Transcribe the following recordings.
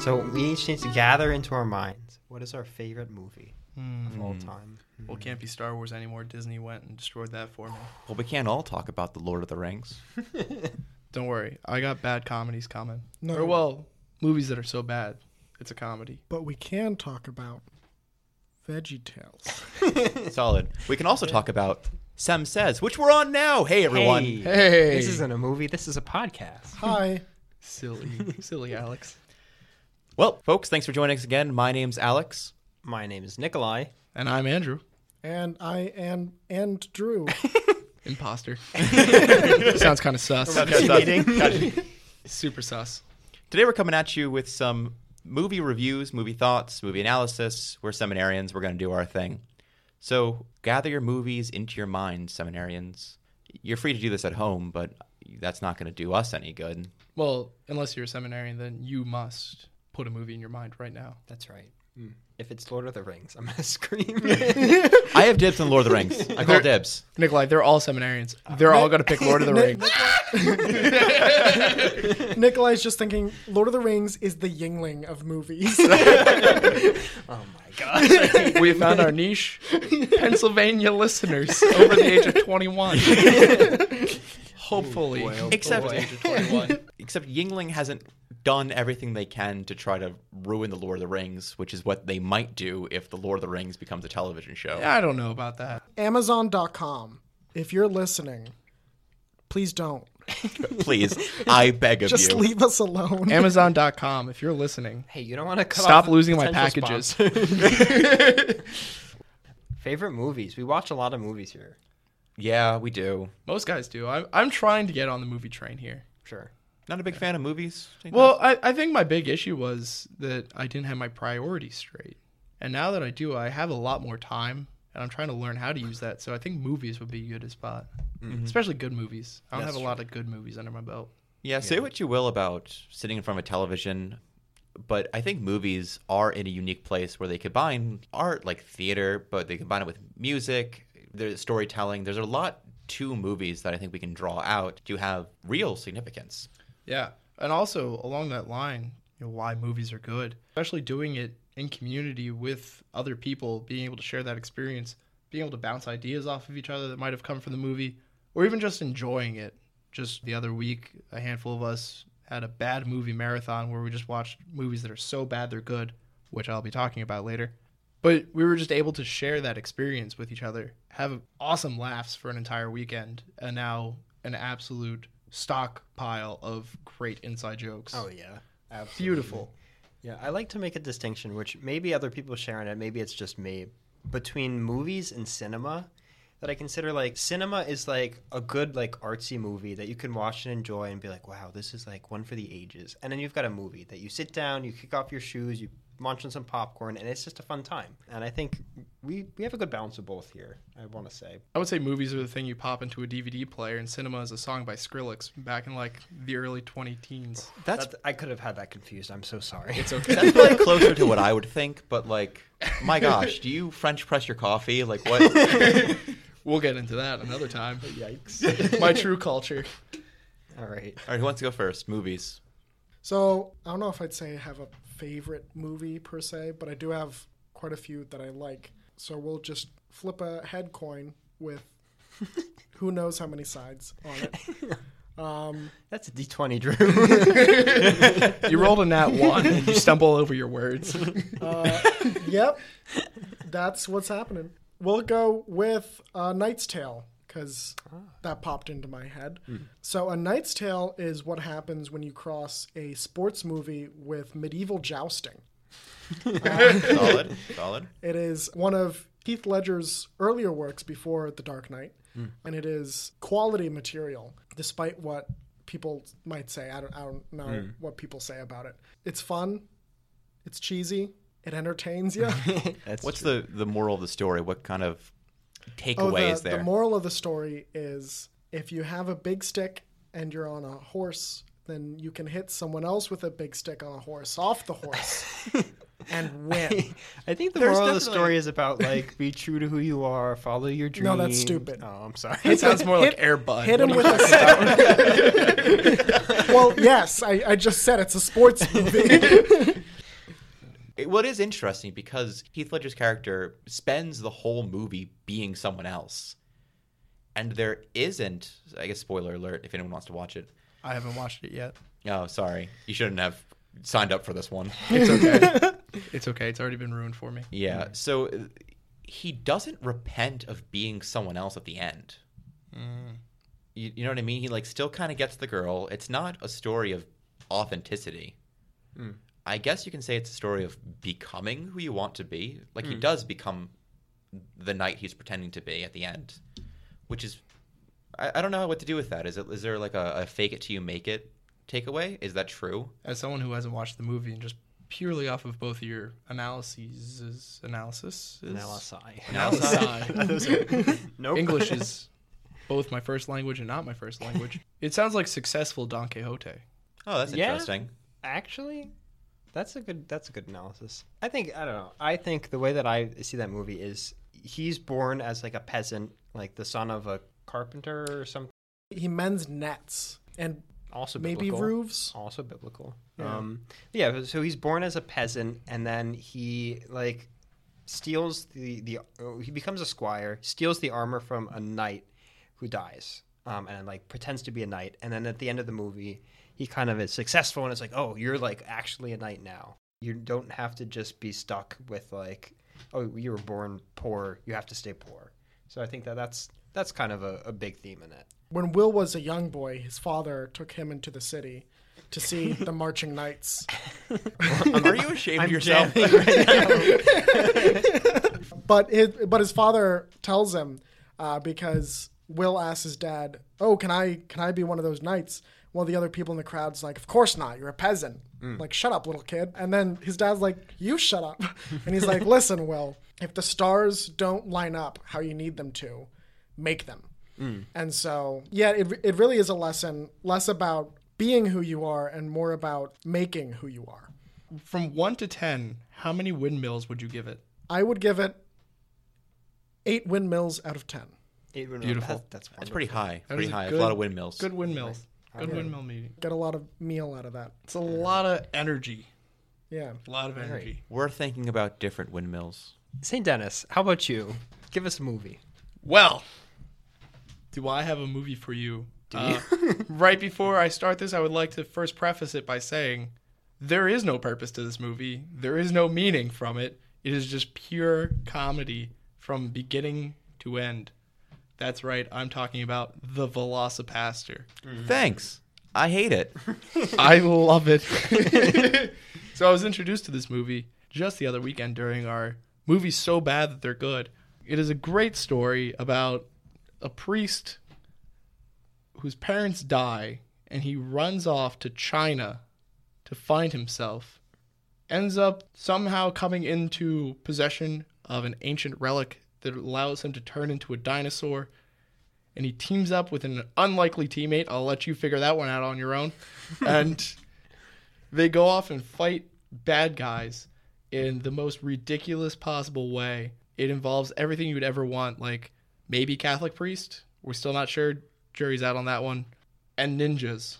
So we each need to gather into our minds what is our favorite movie of all time? Well, it can't be Star Wars anymore. Disney went and destroyed that for me. Well, we can't all talk about the Lord of the Rings. Don't worry, I got bad comedies coming. No. Or well, movies that are so bad, it's a comedy. But we can talk about Veggie Tales. Solid. We can also talk about Sam Says, which we're on now. Hey, everyone. Hey, Hey, this isn't a movie. This is a podcast. Hi. silly, silly Alex. Well, folks, thanks for joining us again. My name's Alex. My name is Nikolai. And I'm Andrew, And I am and Drew. imposter. Sounds kind of sus. Super sus. Today we're coming at you with some movie reviews, movie thoughts, movie analysis. We're seminarians. We're going to do our thing. So gather your movies into your mind, seminarians. You're free to do this at home, but that's not going to do us any good. Well, unless you're a seminarian, then you must put a movie in your mind right now. That's right. If it's Lord of the Rings, I'm gonna scream. I have dibs on Lord of the Rings. I call dibs. Nikolai, they're all seminarians. They're all going to pick Lord of the Nic- Rings. Nikolai's just thinking Lord of the Rings is the yingling of movies. oh my gosh! We found our niche Pennsylvania listeners over the age of 21. Hopefully. Except- Over the age of 21. Except Yingling hasn't done everything they can to try to ruin the Lord of the Rings, which is what they might do if the Lord of the Rings becomes a television show. I don't know about that. Amazon.com. If you're listening, please don't. Please, I beg of Just you. leave us alone. Amazon.com, if you're listening, Hey, you don't want to cut Stop off losing my potential packages. sponsors. Favorite movies? We watch a lot of movies here. Yeah, we do. most guys do. I'm, I'm trying to get on the movie train here. Sure. Not a big fan of movies. Well, I, I think my big issue was that I didn't have my priorities straight. And now that I do, I have a lot more time and I'm trying to learn how to use that. So I think movies would be a good spot, especially good movies. I don't That's have a lot of good movies under my belt. Yeah, say what you will about sitting in front of a television, but I think movies are in a unique place where they combine art like theater, but they combine it with music, there's storytelling. There's a lot to movies that I think we can draw out to have real significance. Yeah. And also along that line, you know, why movies are good, especially doing it in community with other people, being able to share that experience, being able to bounce ideas off of each other that might have come from the movie, or even just enjoying it. Just the other week, a handful of us had a bad movie marathon where we just watched movies that are so bad they're good, which I'll be talking about later. But we were just able to share that experience with each other, have awesome laughs for an entire weekend, and now an absolute stockpile of great inside jokes. Oh yeah, absolutely. Beautiful. Yeah, I like to make a distinction, which maybe other people share in it, maybe it's just me, between movies and cinema. That I consider like cinema is like a good like artsy movie that you can watch and enjoy and be like, wow, this is like one for the ages. And then you've got a movie that you sit down, you kick off your shoes, you munch on some popcorn, and it's just a fun time. And I think we we have a good balance of both here. I want to say I would say movies are the thing you pop into a DVD player, and cinema is a song by Skrillex back in like the early 20 teens. That's That's, I could have had that confused. I'm so sorry. It's that's probably closer to what I would think, but like, my gosh, do you French press your coffee? Like, what? We'll get into that another time. Yikes! My true culture. All right. All right, who wants to go first? Movies. So I don't know if I'd say I have a favorite movie per se, but I do have quite a few that I like. So we'll just flip a head coin with who knows how many sides on it. Um, That's a D20, Drew. You rolled a nat one and you stumble over your words. uh, yep, that's what's happening. We'll go with uh, Knight's Tale because that popped into my head. So a Knight's Tale is what happens when you cross a sports movie with medieval jousting. Solid. Solid. It is one of Heath Ledger's earlier works before The Dark Knight, and it is quality material, despite what people might say. I don't, I don't know what people say about it. It's fun, it's cheesy, it entertains you. That's What's the, the moral of the story? What kind of takeaway oh, the, is there? the moral of the story is if you have a big stick and you're on a horse, then you can hit someone else with a big stick on a horse off the horse and win. I think the There's moral of the definitely- story is about like be true to who you are, follow your dreams. No, that's stupid. Oh, I'm sorry. It sounds more like Hit- Air Bud. Hit him with a stick. well, yes, I, I just said it's a sports movie. It, well, it is interesting because Heath Ledger's character spends the whole movie being someone else. And there isn't, I guess, spoiler alert if anyone wants to watch it. I haven't watched it yet. Oh, sorry. You shouldn't have signed up for this one. It's okay. it's okay. It's already been ruined for me. Yeah. So uh, he doesn't repent of being someone else at the end. Mm. You, you know what I mean? He like still kind of gets the girl. It's not a story of authenticity. Mm. I guess you can say it's a story of becoming who you want to be. Like Mm. he does become the knight he's pretending to be at the end, which is I, I don't know what to do with that. Is it is there like a, a fake it till you make it takeaway? Is that true? As someone who hasn't watched the movie and just purely off of both of your analyses, analysis, LSI. Analysis. Those are- nope. English is both my first language and not my first language. It sounds like successful Don Quixote. Oh, that's Yeah. interesting. Actually, that's a good that's a good analysis. I think I don't know. I think the way that I see that movie is he's born as like a peasant, like the son of a carpenter or something. He mends nets and Also maybe biblical. roofs. also biblical. Yeah. Um, yeah. So he's born as a peasant, and then he like steals the the oh, he becomes a squire, steals the armor from a knight who dies, um, and like pretends to be a knight, and then at the end of the movie, he kind of is successful, and it's like, oh, you're like actually a knight now. You don't have to just be stuck with like, oh, you were born poor, you have to stay poor. So I think that that's that's kind of a, a big theme in it. When Will was a young boy, his father took him into the city to see the marching knights. Are you ashamed of I'm yourself? jamming right now. But his, but his father tells him uh, because Will asks his dad, "Oh, can I can I be one of those knights?" Well, the other people in the crowd's like, "Of course not. You're a peasant. Like, shut up, little kid." And then his dad's like, "You shut up." And he's like, "Listen, Will, if the stars don't line up how you need them to, make them." And so, yeah, it it really is a lesson less about being who you are and more about making who you are. From one to ten, how many windmills would you give it? I would give it eight windmills out of ten. Beautiful. that's That's pretty high. That pretty is a high. It's a good- lot of windmills. Good windmills. Good windmill meeting. Get a lot of meal out of that. It's a lot of energy. Yeah. A lot of energy. We're thinking about different windmills. St. Dennis, how about you? Give us a movie. Well, do I have a movie for you? Uh, right before I start this, I would like to first preface it by saying there is no purpose to this movie. There is no meaning from it. It is just pure comedy from beginning to end. That's right. I'm talking about The Velocipaster. Mm-hmm. Thanks. I hate it. I love it. so I was introduced to this movie just the other weekend during our movies so bad that they're good. It is a great story about a priest whose parents die and he runs off to China to find himself. Ends up somehow coming into possession of an ancient relic that allows him to turn into a dinosaur. And he teams up with an unlikely teammate. I'll let you figure that one out on your own. And they go off and fight bad guys in the most ridiculous possible way. It involves everything you would ever want, like maybe Catholic priest. We're still not sure. Jury's out on that one. And ninjas.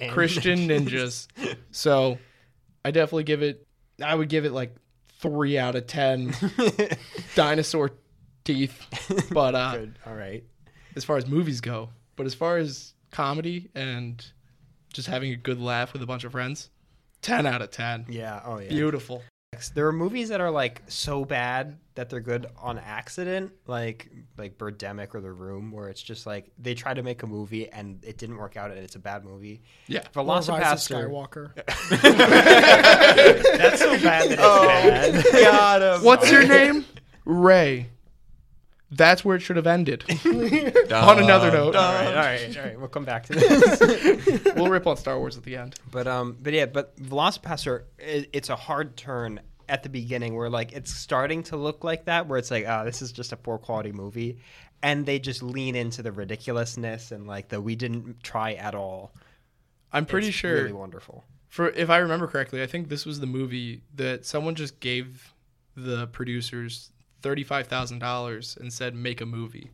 And- Christian ninjas. So I definitely give it I would give it like three out of ten dinosaur teeth. But uh Good. All right. as far as movies go. But as far as comedy and just having a good laugh with a bunch of friends, 10 out of 10. Yeah. Oh, yeah. Beautiful. There are movies that are like so bad that they're good on accident, like like Birdemic or The Room, where it's just like they try to make a movie and it didn't work out and it's a bad movie. Yeah. Or Rise of Velocipaster. Skywalker. That's so bad that it's Oh. bad. Got him. What's your name? Ray. That's where it should have ended. on another note, All right. All right. All right. We'll come back to this. we'll rip on Star Wars at the end. But um, but yeah, but Velocipaster, i it's a hard turn at the beginning where like it's starting to look like that, where it's like, oh, this is just a poor quality movie, and they just lean into the ridiculousness and like the we didn't try at all. I'm pretty It's sure really wonderful. for if I remember correctly, I think this was the movie that someone just gave the producers thirty-five thousand dollars and said, "Make a movie,"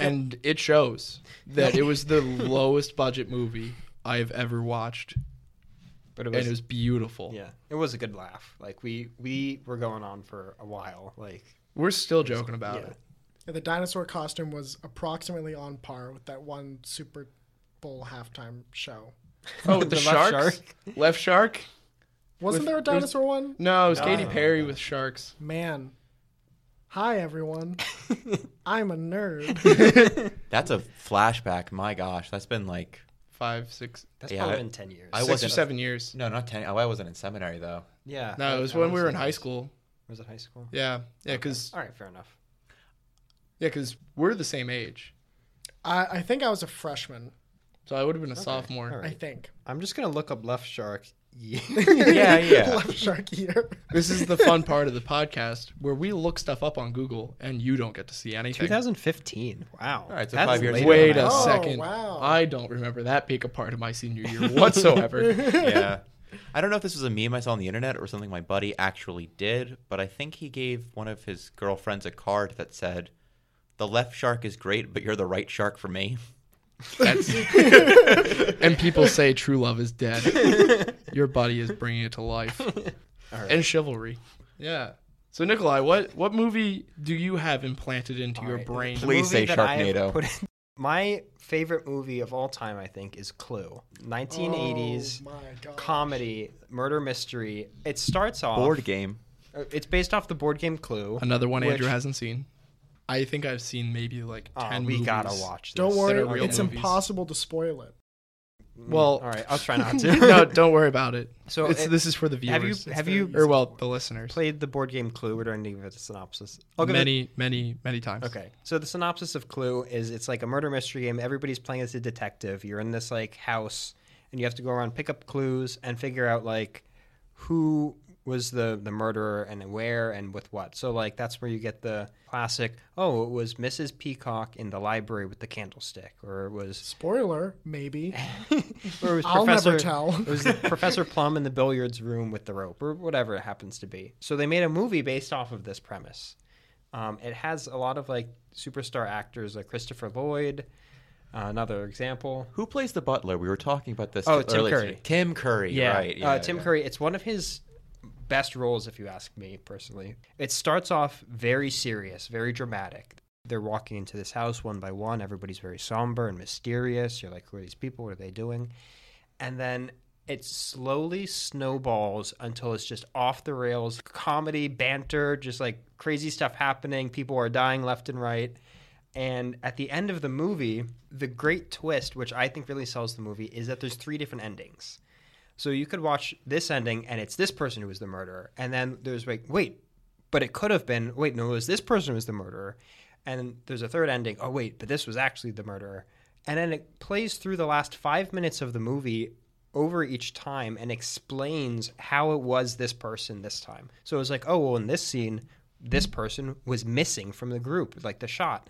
and it shows that it was the lowest budget movie I've ever watched. But it and was, it was beautiful. yeah, it was a good laugh. Like we we were going on for a while. Like We're still joking about yeah. it. And the dinosaur costume was approximately on par with that one Super Bowl halftime show. Oh, with the, The left sharks, left shark. Wasn't With- there a there's- dinosaur one? No, it was No. Katy Perry with sharks. Man. Hi everyone. I'm a nerd. That's a flashback. My gosh, that's been like Five, six, that's Yeah, probably I- been ten years. I six wasn't- or seven years. no, not ten. Oh, I wasn't in seminary though. yeah. No, I- it was I when we wanna were say in that high was- school. Was it high school? Yeah, yeah, because All right, fair enough. yeah, because we're the same age, I, I think I was a freshman. so I would have been a all sophomore. right. I think. I'm just gonna look up left shark. Yeah. Yeah, yeah. Left shark eater. This is the fun part of the podcast where we look stuff up on Google and you don't get to see anything. 2015. Wow. All right, so That's five years late ago. on Wait that. a Oh, second. wow. I don't remember that being a part of my senior year whatsoever. yeah. I don't know if this was a meme I saw on the internet or something my buddy actually did, but I think he gave one of his girlfriends a card that said, "The left shark is great, but you're the right shark for me." That's- and people say true love is dead. Your buddy is bringing it to life. And chivalry. Yeah. So Nikolai, what what movie do you have implanted into your Alright. brain? The Please movie say that I have Sharknado. put in- my favorite movie of all time, I think, is Clue. 1980s Oh, my God. comedy, murder mystery. It starts off. Board game. uh, It's based off the board game Clue. Another one Andrew Which- hasn't seen. I think I've seen maybe like Oh, 10 we movies. gotta watch. This. Don't worry, That are real it's movies. impossible to spoil it. Well, all right, I'll try not to. no, don't worry about it. So So it's, it- this is for the viewers. have you- It's have the- you- or well the listeners Played the board game Clue. We're going to give it a synopsis. I'll give it- many many many times. Okay. So the synopsis of Clue is it's like a murder mystery game. Everybody's playing as a detective. You're in this like house and you have to go around pick up clues and figure out like who was the the murderer and where and with what. So like that's where you get the classic, oh, it was Mrs. Peacock in the library with the candlestick or it was Spoiler, maybe. or it was I'll Professor never tell. it was the Professor Plum in the billiards room with the rope, or whatever it happens to be. So they made a movie based off of this premise. Um, it has a lot of like superstar actors, like Christopher Lloyd. Uh, another example. Who plays the butler? We were talking about this. Oh, Tim earlier. Curry. Tim Curry. Right. uh, Tim Curry. It's one of his best roles, if you ask me personally. It starts off very serious, very dramatic. They're walking into this house one by one. Everybody's very somber and mysterious. You're like, who are these people? What are they doing? And then it slowly snowballs until it's just off the rails comedy, banter, just like crazy stuff happening. People are dying left and right. And at the end of the movie, the great twist, which I think really sells the movie, is that there's three different endings. So you could watch this ending and it's this person who was the murderer. And then there's like, wait, but it could have been, wait, no, it was this person who was the murderer. And there's a third ending, oh, wait, but this was actually the murderer. And then it plays through the last five minutes of the movie over each time and explains how it was this person this time. So it was like, oh, well, in this scene, this person was missing from the group, like the shot.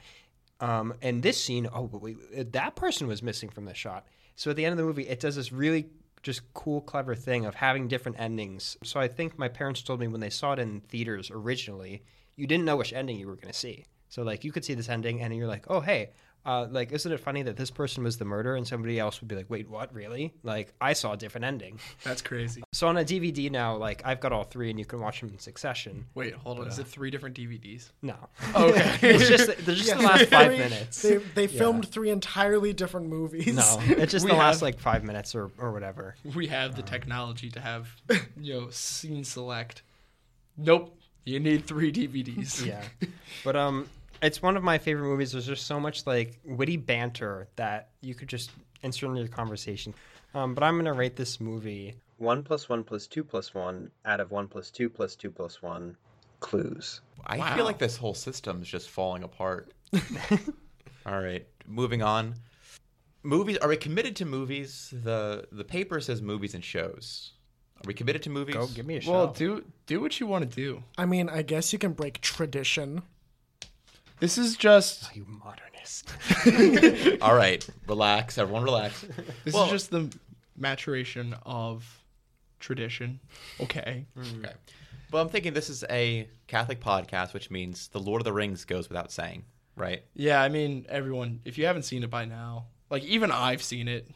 Um, and this scene, oh, but wait, that person was missing from the shot. So at the end of the movie, it does this really just cool, clever thing of having different endings. So I think my parents told me when they saw it in theaters originally, you didn't know which ending you were going to see. So like you could see this ending, and you're like, oh hey, uh, like isn't it funny that this person was the murderer, and somebody else would be like, wait, what, really? Like I saw a different ending. That's crazy. So on a DVD now, like I've got all three, and you can watch them in succession. Wait, hold on. Is it three different DVDs? No, Okay. it's just they're just the last five Three- minutes. They, they filmed three entirely different movies. No, it's just We the last have- like five minutes or, or whatever. We have the technology to have, you know, scene select. Nope. You need three DVDs. Yeah, but um, it's one of my favorite movies. There's just so much like witty banter that you could just insert into the conversation. Um, but I'm gonna rate this movie one plus one plus two plus one out of one plus two plus two plus one clues. I Wow. feel like this whole system is just falling apart. All right, moving on. Movies. Are we committed to movies? The the paper says movies and shows. Are we committed to movies? Go Oh, give me a show. Well, do do what you want to do. I mean, I guess you can break tradition. This is just you modernist. All right, relax. Everyone, relax. this Well- is just the maturation of tradition. Okay. Okay. Well, I'm thinking this is a Catholic podcast, which means the Lord of the Rings goes without saying, right? Yeah, I mean, everyone, if you haven't seen it by now, like even I've seen it,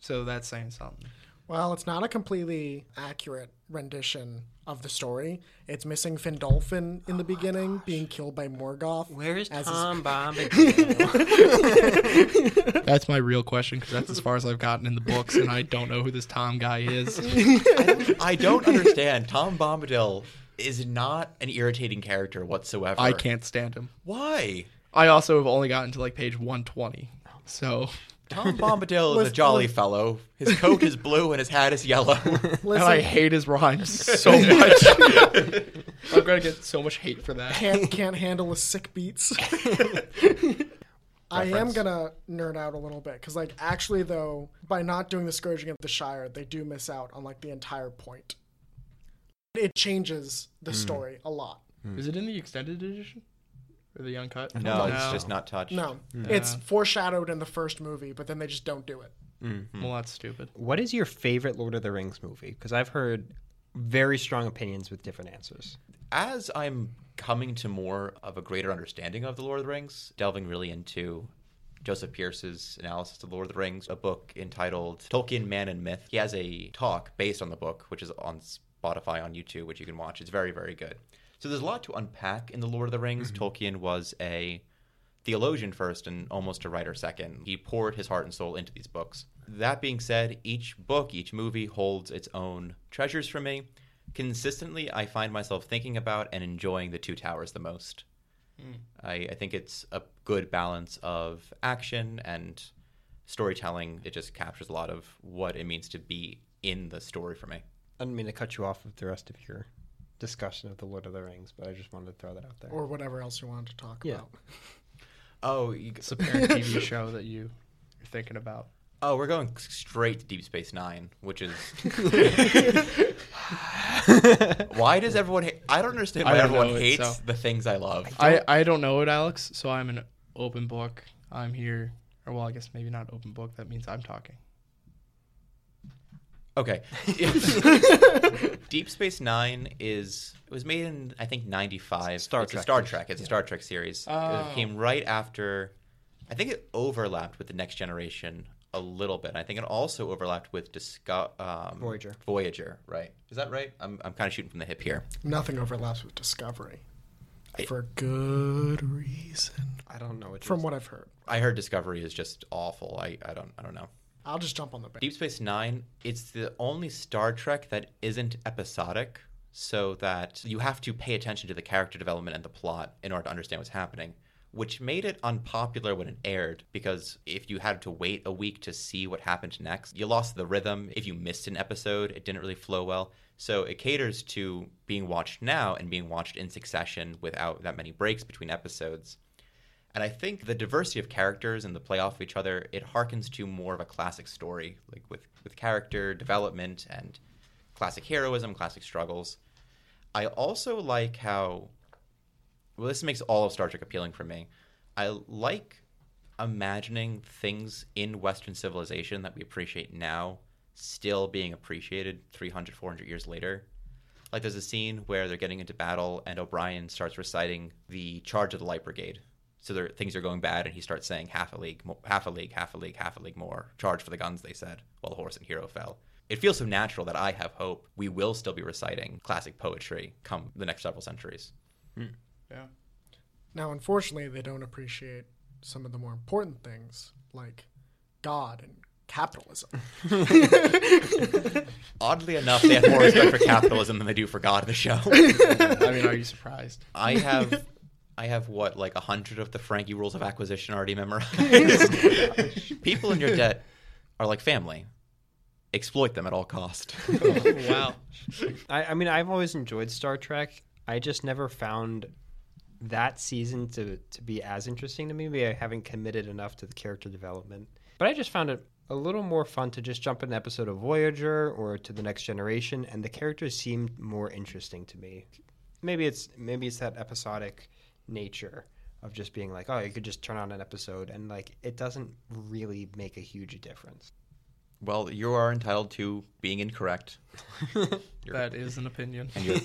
so that's saying something. Well, it's not a completely accurate rendition of the story. It's missing Findolfin in the beginning, being killed by Morgoth. Where is as his- Tom Bombadil? That's my real question because that's as far as I've gotten in the books, and I don't know who this Tom guy is. I don't understand. Tom Bombadil is not an irritating character whatsoever. I can't stand him. Why? I also have only gotten to like page 120. So, Tom Bombadil is a jolly fellow. His coat is blue and his hat is yellow. and Listen, Oh, I hate his rhymes so much. I'm going to get so much hate for that. can't, can't handle the sick beats. I am Reference. gonna nerd out a little bit because, like, actually, though, by not doing the scourging of the Shire, they do miss out on like the entire point. It changes the Hmm. story a lot. Is it in the extended edition or the uncut? Hmm. No, it's just not touched. No, it's foreshadowed in the first movie, but then they just don't do it. Well, that's stupid. what is your favorite Lord of the Rings movie? Because I've heard very strong opinions with different answers. as I'm coming to more of a greater understanding of the Lord of the Rings, delving really into Joseph Pierce's analysis of the Lord of the Rings, a book entitled Tolkien, Man and Myth. He has a talk based on the book, which is on Spotify, on YouTube, which you can watch. It's very, very good. So there's a lot to unpack in the Lord of the Rings. Tolkien was a theologian first and almost a writer second. He poured his heart and soul into these books. That being said, each book, each movie holds its own treasures for me. Consistently, I find myself thinking about and enjoying The Two Towers the most. I, I think it's a good balance of action and storytelling. It just captures a lot of what it means to be in the story for me. I didn't mean to cut you off with the rest of your discussion of the Lord of the Rings, but I just wanted to throw that out there. or whatever else you wanted to talk Yeah. about. Oh, you, It's a parent TV show that you, you're thinking about. oh, we're going straight to Deep Space Nine, which is why does everyone? hate I don't understand I why don't everyone know it, hates so- the things I love. I, I don't know it, Alex, so I'm an open book. I'm here. Or, well, I guess maybe not open book. That means I'm talking. Okay. Deep Space Nine is it was made in I think ninety five. Star it's a Trek. Star Trek. It's a Star Trek series. Oh. It came right after. I think it overlapped with the Next Generation a little bit. I think it also overlapped with Disco- um, Voyager. Voyager, right? Is that right? I'm I'm kind of shooting from the hip here. Nothing overlaps with Discovery, for good reason. I don't know what From what I've heard, I heard Discovery is just awful. I, I don't I don't know. I'll just jump on the. Ba- Deep Space Nine, it's the only Star Trek that isn't episodic, so that you have to pay attention to the character development and the plot in order to understand what's happening, which made it unpopular when it aired because if you had to wait a week to see what happened next, you lost the rhythm. If you missed an episode, it didn't really flow well. So it caters to being watched now and being watched in succession without that many breaks between episodes. And I think the diversity of characters and the play off of each other, it harkens to more of a classic story, like with, with character development and classic heroism, classic struggles. I also like how well this makes all of Star Trek appealing for me. I like imagining things in Western civilization that we appreciate now still being appreciated 300, 400 years later. Like there's a scene where they're getting into battle and O'Brien starts reciting the charge of the light brigade. So there, things are going bad, and he starts saying half a league, mo- half a league, half a league, half a league more. Charge for the guns, they said, while horse and hero fell. It feels so natural that I have hope we will still be reciting classic poetry come the next several centuries. Yeah. now, unfortunately, they don't appreciate some of the more important things like God and capitalism. Oddly enough, they have more respect for capitalism than they do for God in the show. I mean, are you surprised? I have, I have what like a hundred of the Frankie rules of acquisition already memorized. People in your debt are like family. Exploit them at all cost. wow. I, I mean, I've always enjoyed Star Trek. I just never found that season to, to be as interesting to me. Maybe I haven't committed enough to the character development. But I just found it a little more fun to just jump in an episode of Voyager or to the Next Generation, and the characters seemed more interesting to me. Maybe it's maybe it's that episodic nature of just being like, oh, you could just turn on an episode, and like it doesn't really make a huge difference. Well, you are entitled to being incorrect. That is an opinion. and your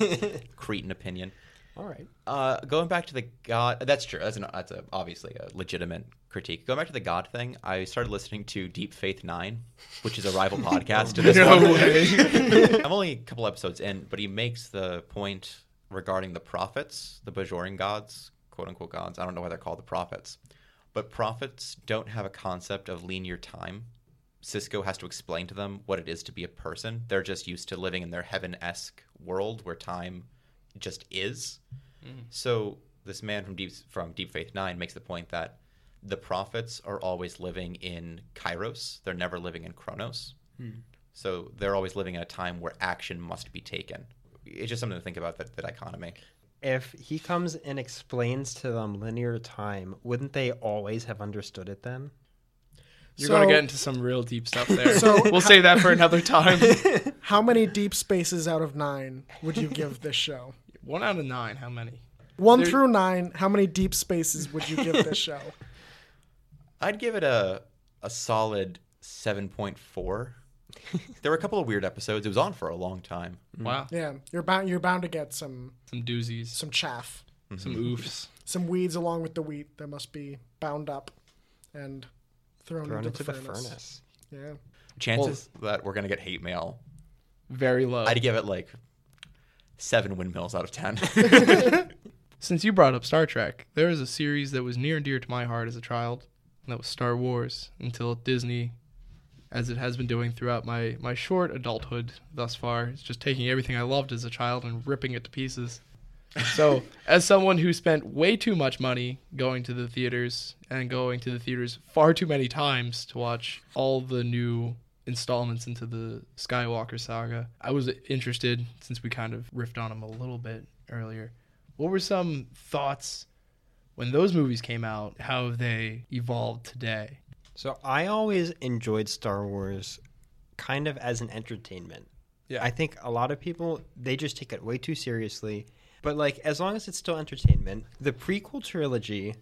cretin opinion. All right. Uh, going back to the God, that's true. That's an, that's a, obviously a legitimate critique. Going back to the God thing, I started listening to Deep Faith Nine, which is a rival podcast to this one. I'm only a couple episodes in, but he makes the point regarding the prophets, the Bajoran gods, quote unquote gods. I don't know why they're called the prophets, but prophets don't have a concept of linear time. Cisco has to explain to them what it is to be a person. They're just used to living in their heaven esque world where time just is. So this man from Deep from Deep Faith Nine makes the point that the prophets are always living in Kairos. They're never living in Chronos. So they're always living in a time where action must be taken. It's just something to think about that, that dichotomy. If he comes and explains to them linear time, wouldn't they always have understood it then? You're So- going to get into some real deep stuff there. So- we'll save that for another time. How many deep spaces out of nine would you give this show? One out of nine. How many? One There- through nine, how many deep spaces would you give this show? I'd give it a a solid seven point four. there were a couple of weird episodes. It was on for a long time. Wow. Yeah, you're bound you're bound to get some Some doozies. Some, some chaff, oofs. some weeds along with the wheat that must be bound up and thrown, Thrown into, into the, the furnace. furnace. Yeah. Chances that we're gonna get hate mail. Very low. I'd give it like seven windmills out of ten. Since you brought up Star Trek, there is a series that was near and dear to my heart as a child, and that was Star Wars until Disney, as it has been doing throughout my, my short adulthood thus far, is just taking everything I loved as a child and ripping it to pieces. So, as someone who spent way too much money going to the theaters and going to the theaters far too many times to watch all the new installments into the Skywalker saga, I was interested since we kind of riffed on them a little bit earlier. What were some thoughts when those movies came out? How have they evolved today? So I always enjoyed Star Wars kind of as an entertainment. Yeah. I think a lot of people they just take it way too seriously. But like as long as it's still entertainment, the prequel trilogy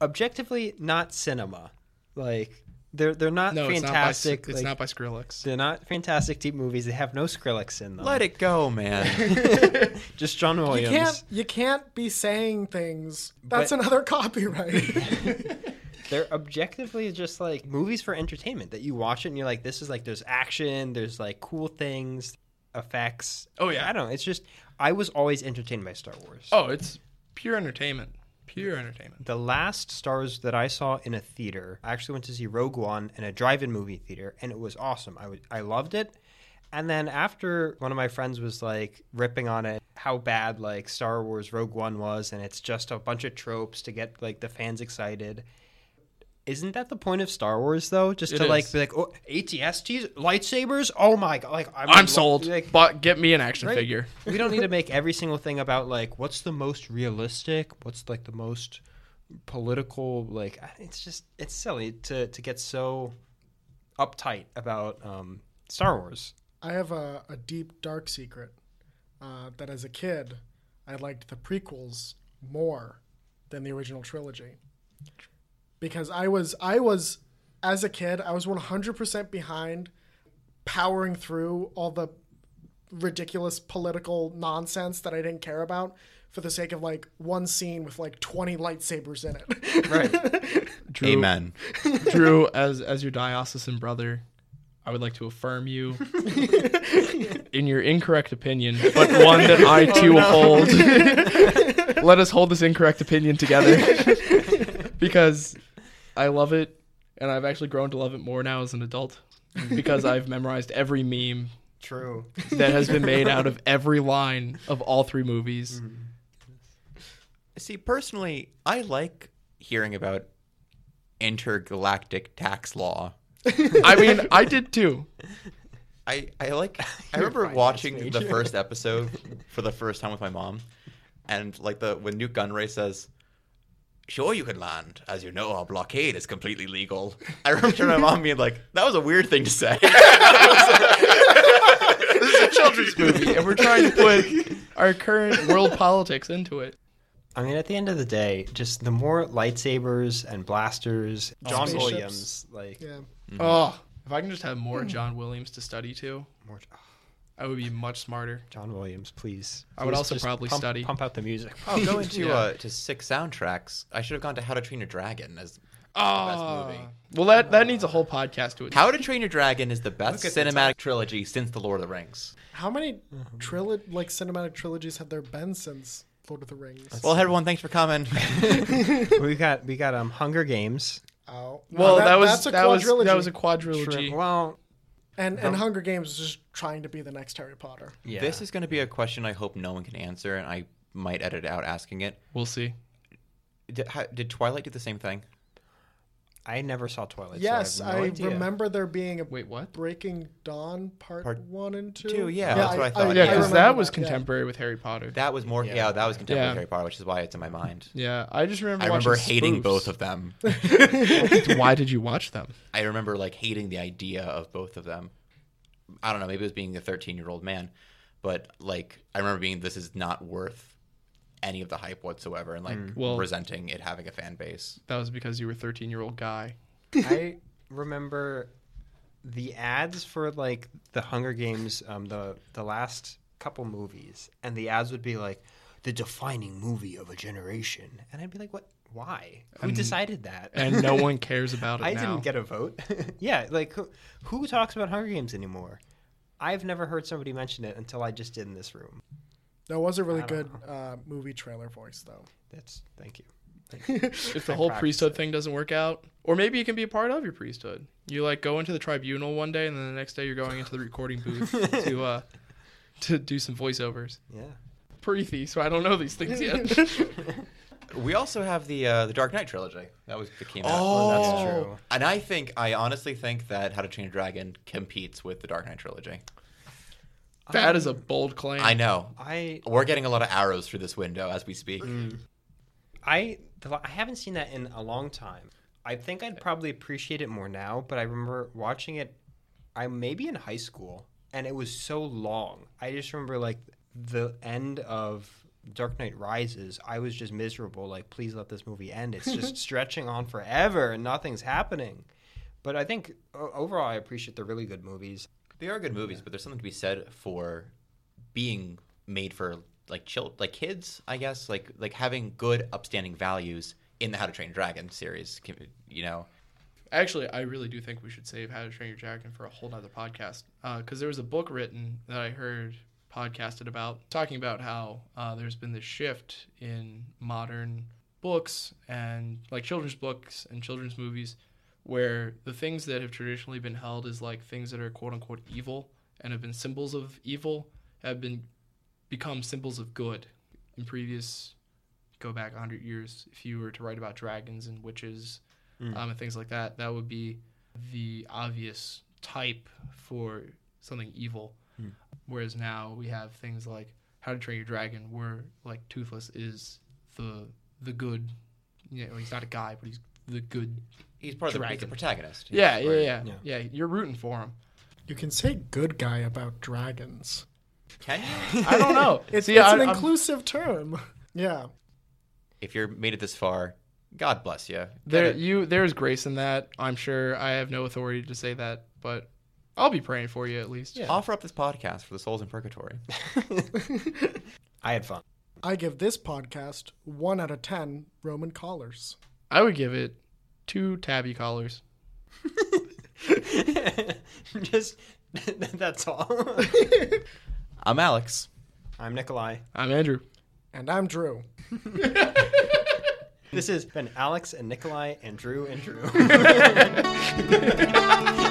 objectively not cinema. Like they're they're not No, fantastic. it's not by, it's like, not by Skrillex. they're not fantastic deep movies. They have no Skrillex in them. Let it go, man. Just John You Williams. can't you can't be saying things. That's But- another copyright. They're objectively just like movies for entertainment that you watch it and you're like, this is like there's action, there's like cool things, effects. Oh, yeah. I don't know. It's just I was always entertained by Star Wars. Oh, it's pure entertainment. Pure entertainment. The last Star Wars that I saw in a theater, I actually went to see Rogue One in a drive-in movie theater, and it was awesome. I, was, I loved it. And then after one of my friends was like ripping on it, how bad like Star Wars Rogue One was, and it's just a bunch of tropes to get like the fans excited. Isn't that the point of Star Wars though? Just It to like is. be like, oh, ATSTs, lightsabers, oh my god! Like I'm, I'm sold. Like, but get me an action Right. figure. we don't need to make every single thing about like what's the most realistic what's like the most political like it's just it's silly to to get so uptight about um star wars I have a, a deep dark secret uh, that as a kid I liked the prequels more than the original trilogy because I was I was as a kid I was 100% behind powering through all the ridiculous political nonsense that I didn't care about for the sake of like one scene with like 20 lightsabers in it. Drew, Amen. Drew, as as your diocesan brother, I would like to affirm you in your incorrect opinion, but one that I too hold. Let us hold this incorrect opinion together because I love it, and I've actually grown to love it more now as an adult because I've memorized every meme true that has been made out of every line of all three movies. See, personally, I like hearing about intergalactic tax law. I mean, I did too. I, I like I remember watching the first episode for the first time with my mom, and like the when Newt Gunray says, "Sure, you can land. As you know, our blockade is completely legal." I remember my mom being like, "That was a weird thing to say." This is a children's movie, and we're trying to put our current world politics into it. i mean at the end of the day just the more lightsabers and blasters john Spaceships. williams like yeah. Oh, if I can just have more John Williams to study to, more, I would be much smarter. John Williams, please. I would Please also just probably pump, study. Pump out the music. Oh, going to Yeah. uh, to six soundtracks. I should have gone to How to Train Your Dragon as Ah. movie. Well, that that needs a whole podcast to it. How to Train Your Dragon is the best Look at the cinematic trilogy since The Lord of the Rings. How many trilo- like cinematic trilogies have there been since Lord of the Rings? Well, hey, everyone, thanks for coming. we got we got um Hunger Games. Oh. well, that, was that's a that was quadrilogy. that was a quadrilogy. Well, and and Hunger Games is just trying to be the next Harry Potter. yeah. This is going to be a question I hope no one can answer, and I might edit out asking it. We'll see. Did, how, did Twilight do the same thing? I never saw Twilight. so yes, I, have no I idea. remember there being a Wait, what? Breaking Dawn Part, Part One and Two. two, yeah, that's what I thought, Yeah, I because remember that was Oh, yeah. contemporary with Harry Potter. That was more. Yeah, that was contemporary Yeah. Harry Potter, which is why it's in my mind. yeah, I just remember. I remember watching hating spoofs. both of them. Why did you watch them? I remember like hating the idea of both of them. I don't know. Maybe it was being a 13 year old man, but like I remember being this is not worth any of the hype whatsoever, and like Well- resenting it having a fan base. That was because you were a 13 year old guy. I remember the ads for like the Hunger Games, um, the the last couple movies, and the ads would be like the defining movie of a generation, and I'd be like, what? Why? Who decided that? And no one cares about it I now. didn't get a vote. yeah, like who, who talks about Hunger Games anymore? I've never heard somebody mention it until I just did in this room. That was a really good uh, movie trailer voice, though. That's thank you. if the I whole practiced priesthood thing doesn't work out, or maybe you can be a part of your priesthood. You like go into the tribunal one day, and then the next day you're going into the recording booth to uh, to do some voiceovers. Yeah. Preethy, so I don't know these things yet. We also have the uh, the Dark Knight trilogy that was that came out. That's Oh. true. And I think I honestly think that How to Train Your Dragon competes with the Dark Knight trilogy. that is a bold claim. I know I we're getting a lot of arrows through this window as we speak. Hmm. I the, la- I haven't seen that in a long time. I think I'd probably appreciate it more now, but I remember watching it. I maybe in high school, and it was so long. I just remember like the end of Dark Knight Rises. I was just miserable. Like, please let this movie end. It's just stretching on forever, and nothing's happening. But I think o- overall, I appreciate the really good movies. They are good movies, but there's something to be said for being made for like chill, like kids, I guess, like like having good upstanding values in the How to Train Your Dragon series. Can- You know, Actually, I really do think we should save How to Train Your Dragon for a whole nother podcast because there was a book written that I heard podcasted about talking about how uh, there's been this shift in modern books and like children's books and children's movies where the things that have traditionally been held as like things that are quote unquote evil and have been symbols of evil have been become symbols of good in previous go back 100 years if you were to write about dragons and witches Mm. um, and things like that that would be the obvious type for something evil Mm. whereas now we have things like how to train your dragon where like toothless is the the good you know he's not a guy but he's the good he's part of the, he's the Dragon. protagonist. yeah He's- yeah, right. yeah Yeah. yeah you're rooting for him You can say "good guy" about dragons. Can you? i don't know It's, See, it's I- an I'm- inclusive term. Yeah, if you're made it this far, God bless you. there you there's grace in that i'm sure i have no authority to say that but i'll be praying for you at least Yeah. Offer up this podcast for the souls in purgatory. I had fun. I give this podcast one out of ten Roman collars. I would give it two tabby collars. just that's all. I'm Alex. I'm Nikolai. I'm Andrew. And I'm Drew. This has been Alex and Nikolai and Drew and Drew.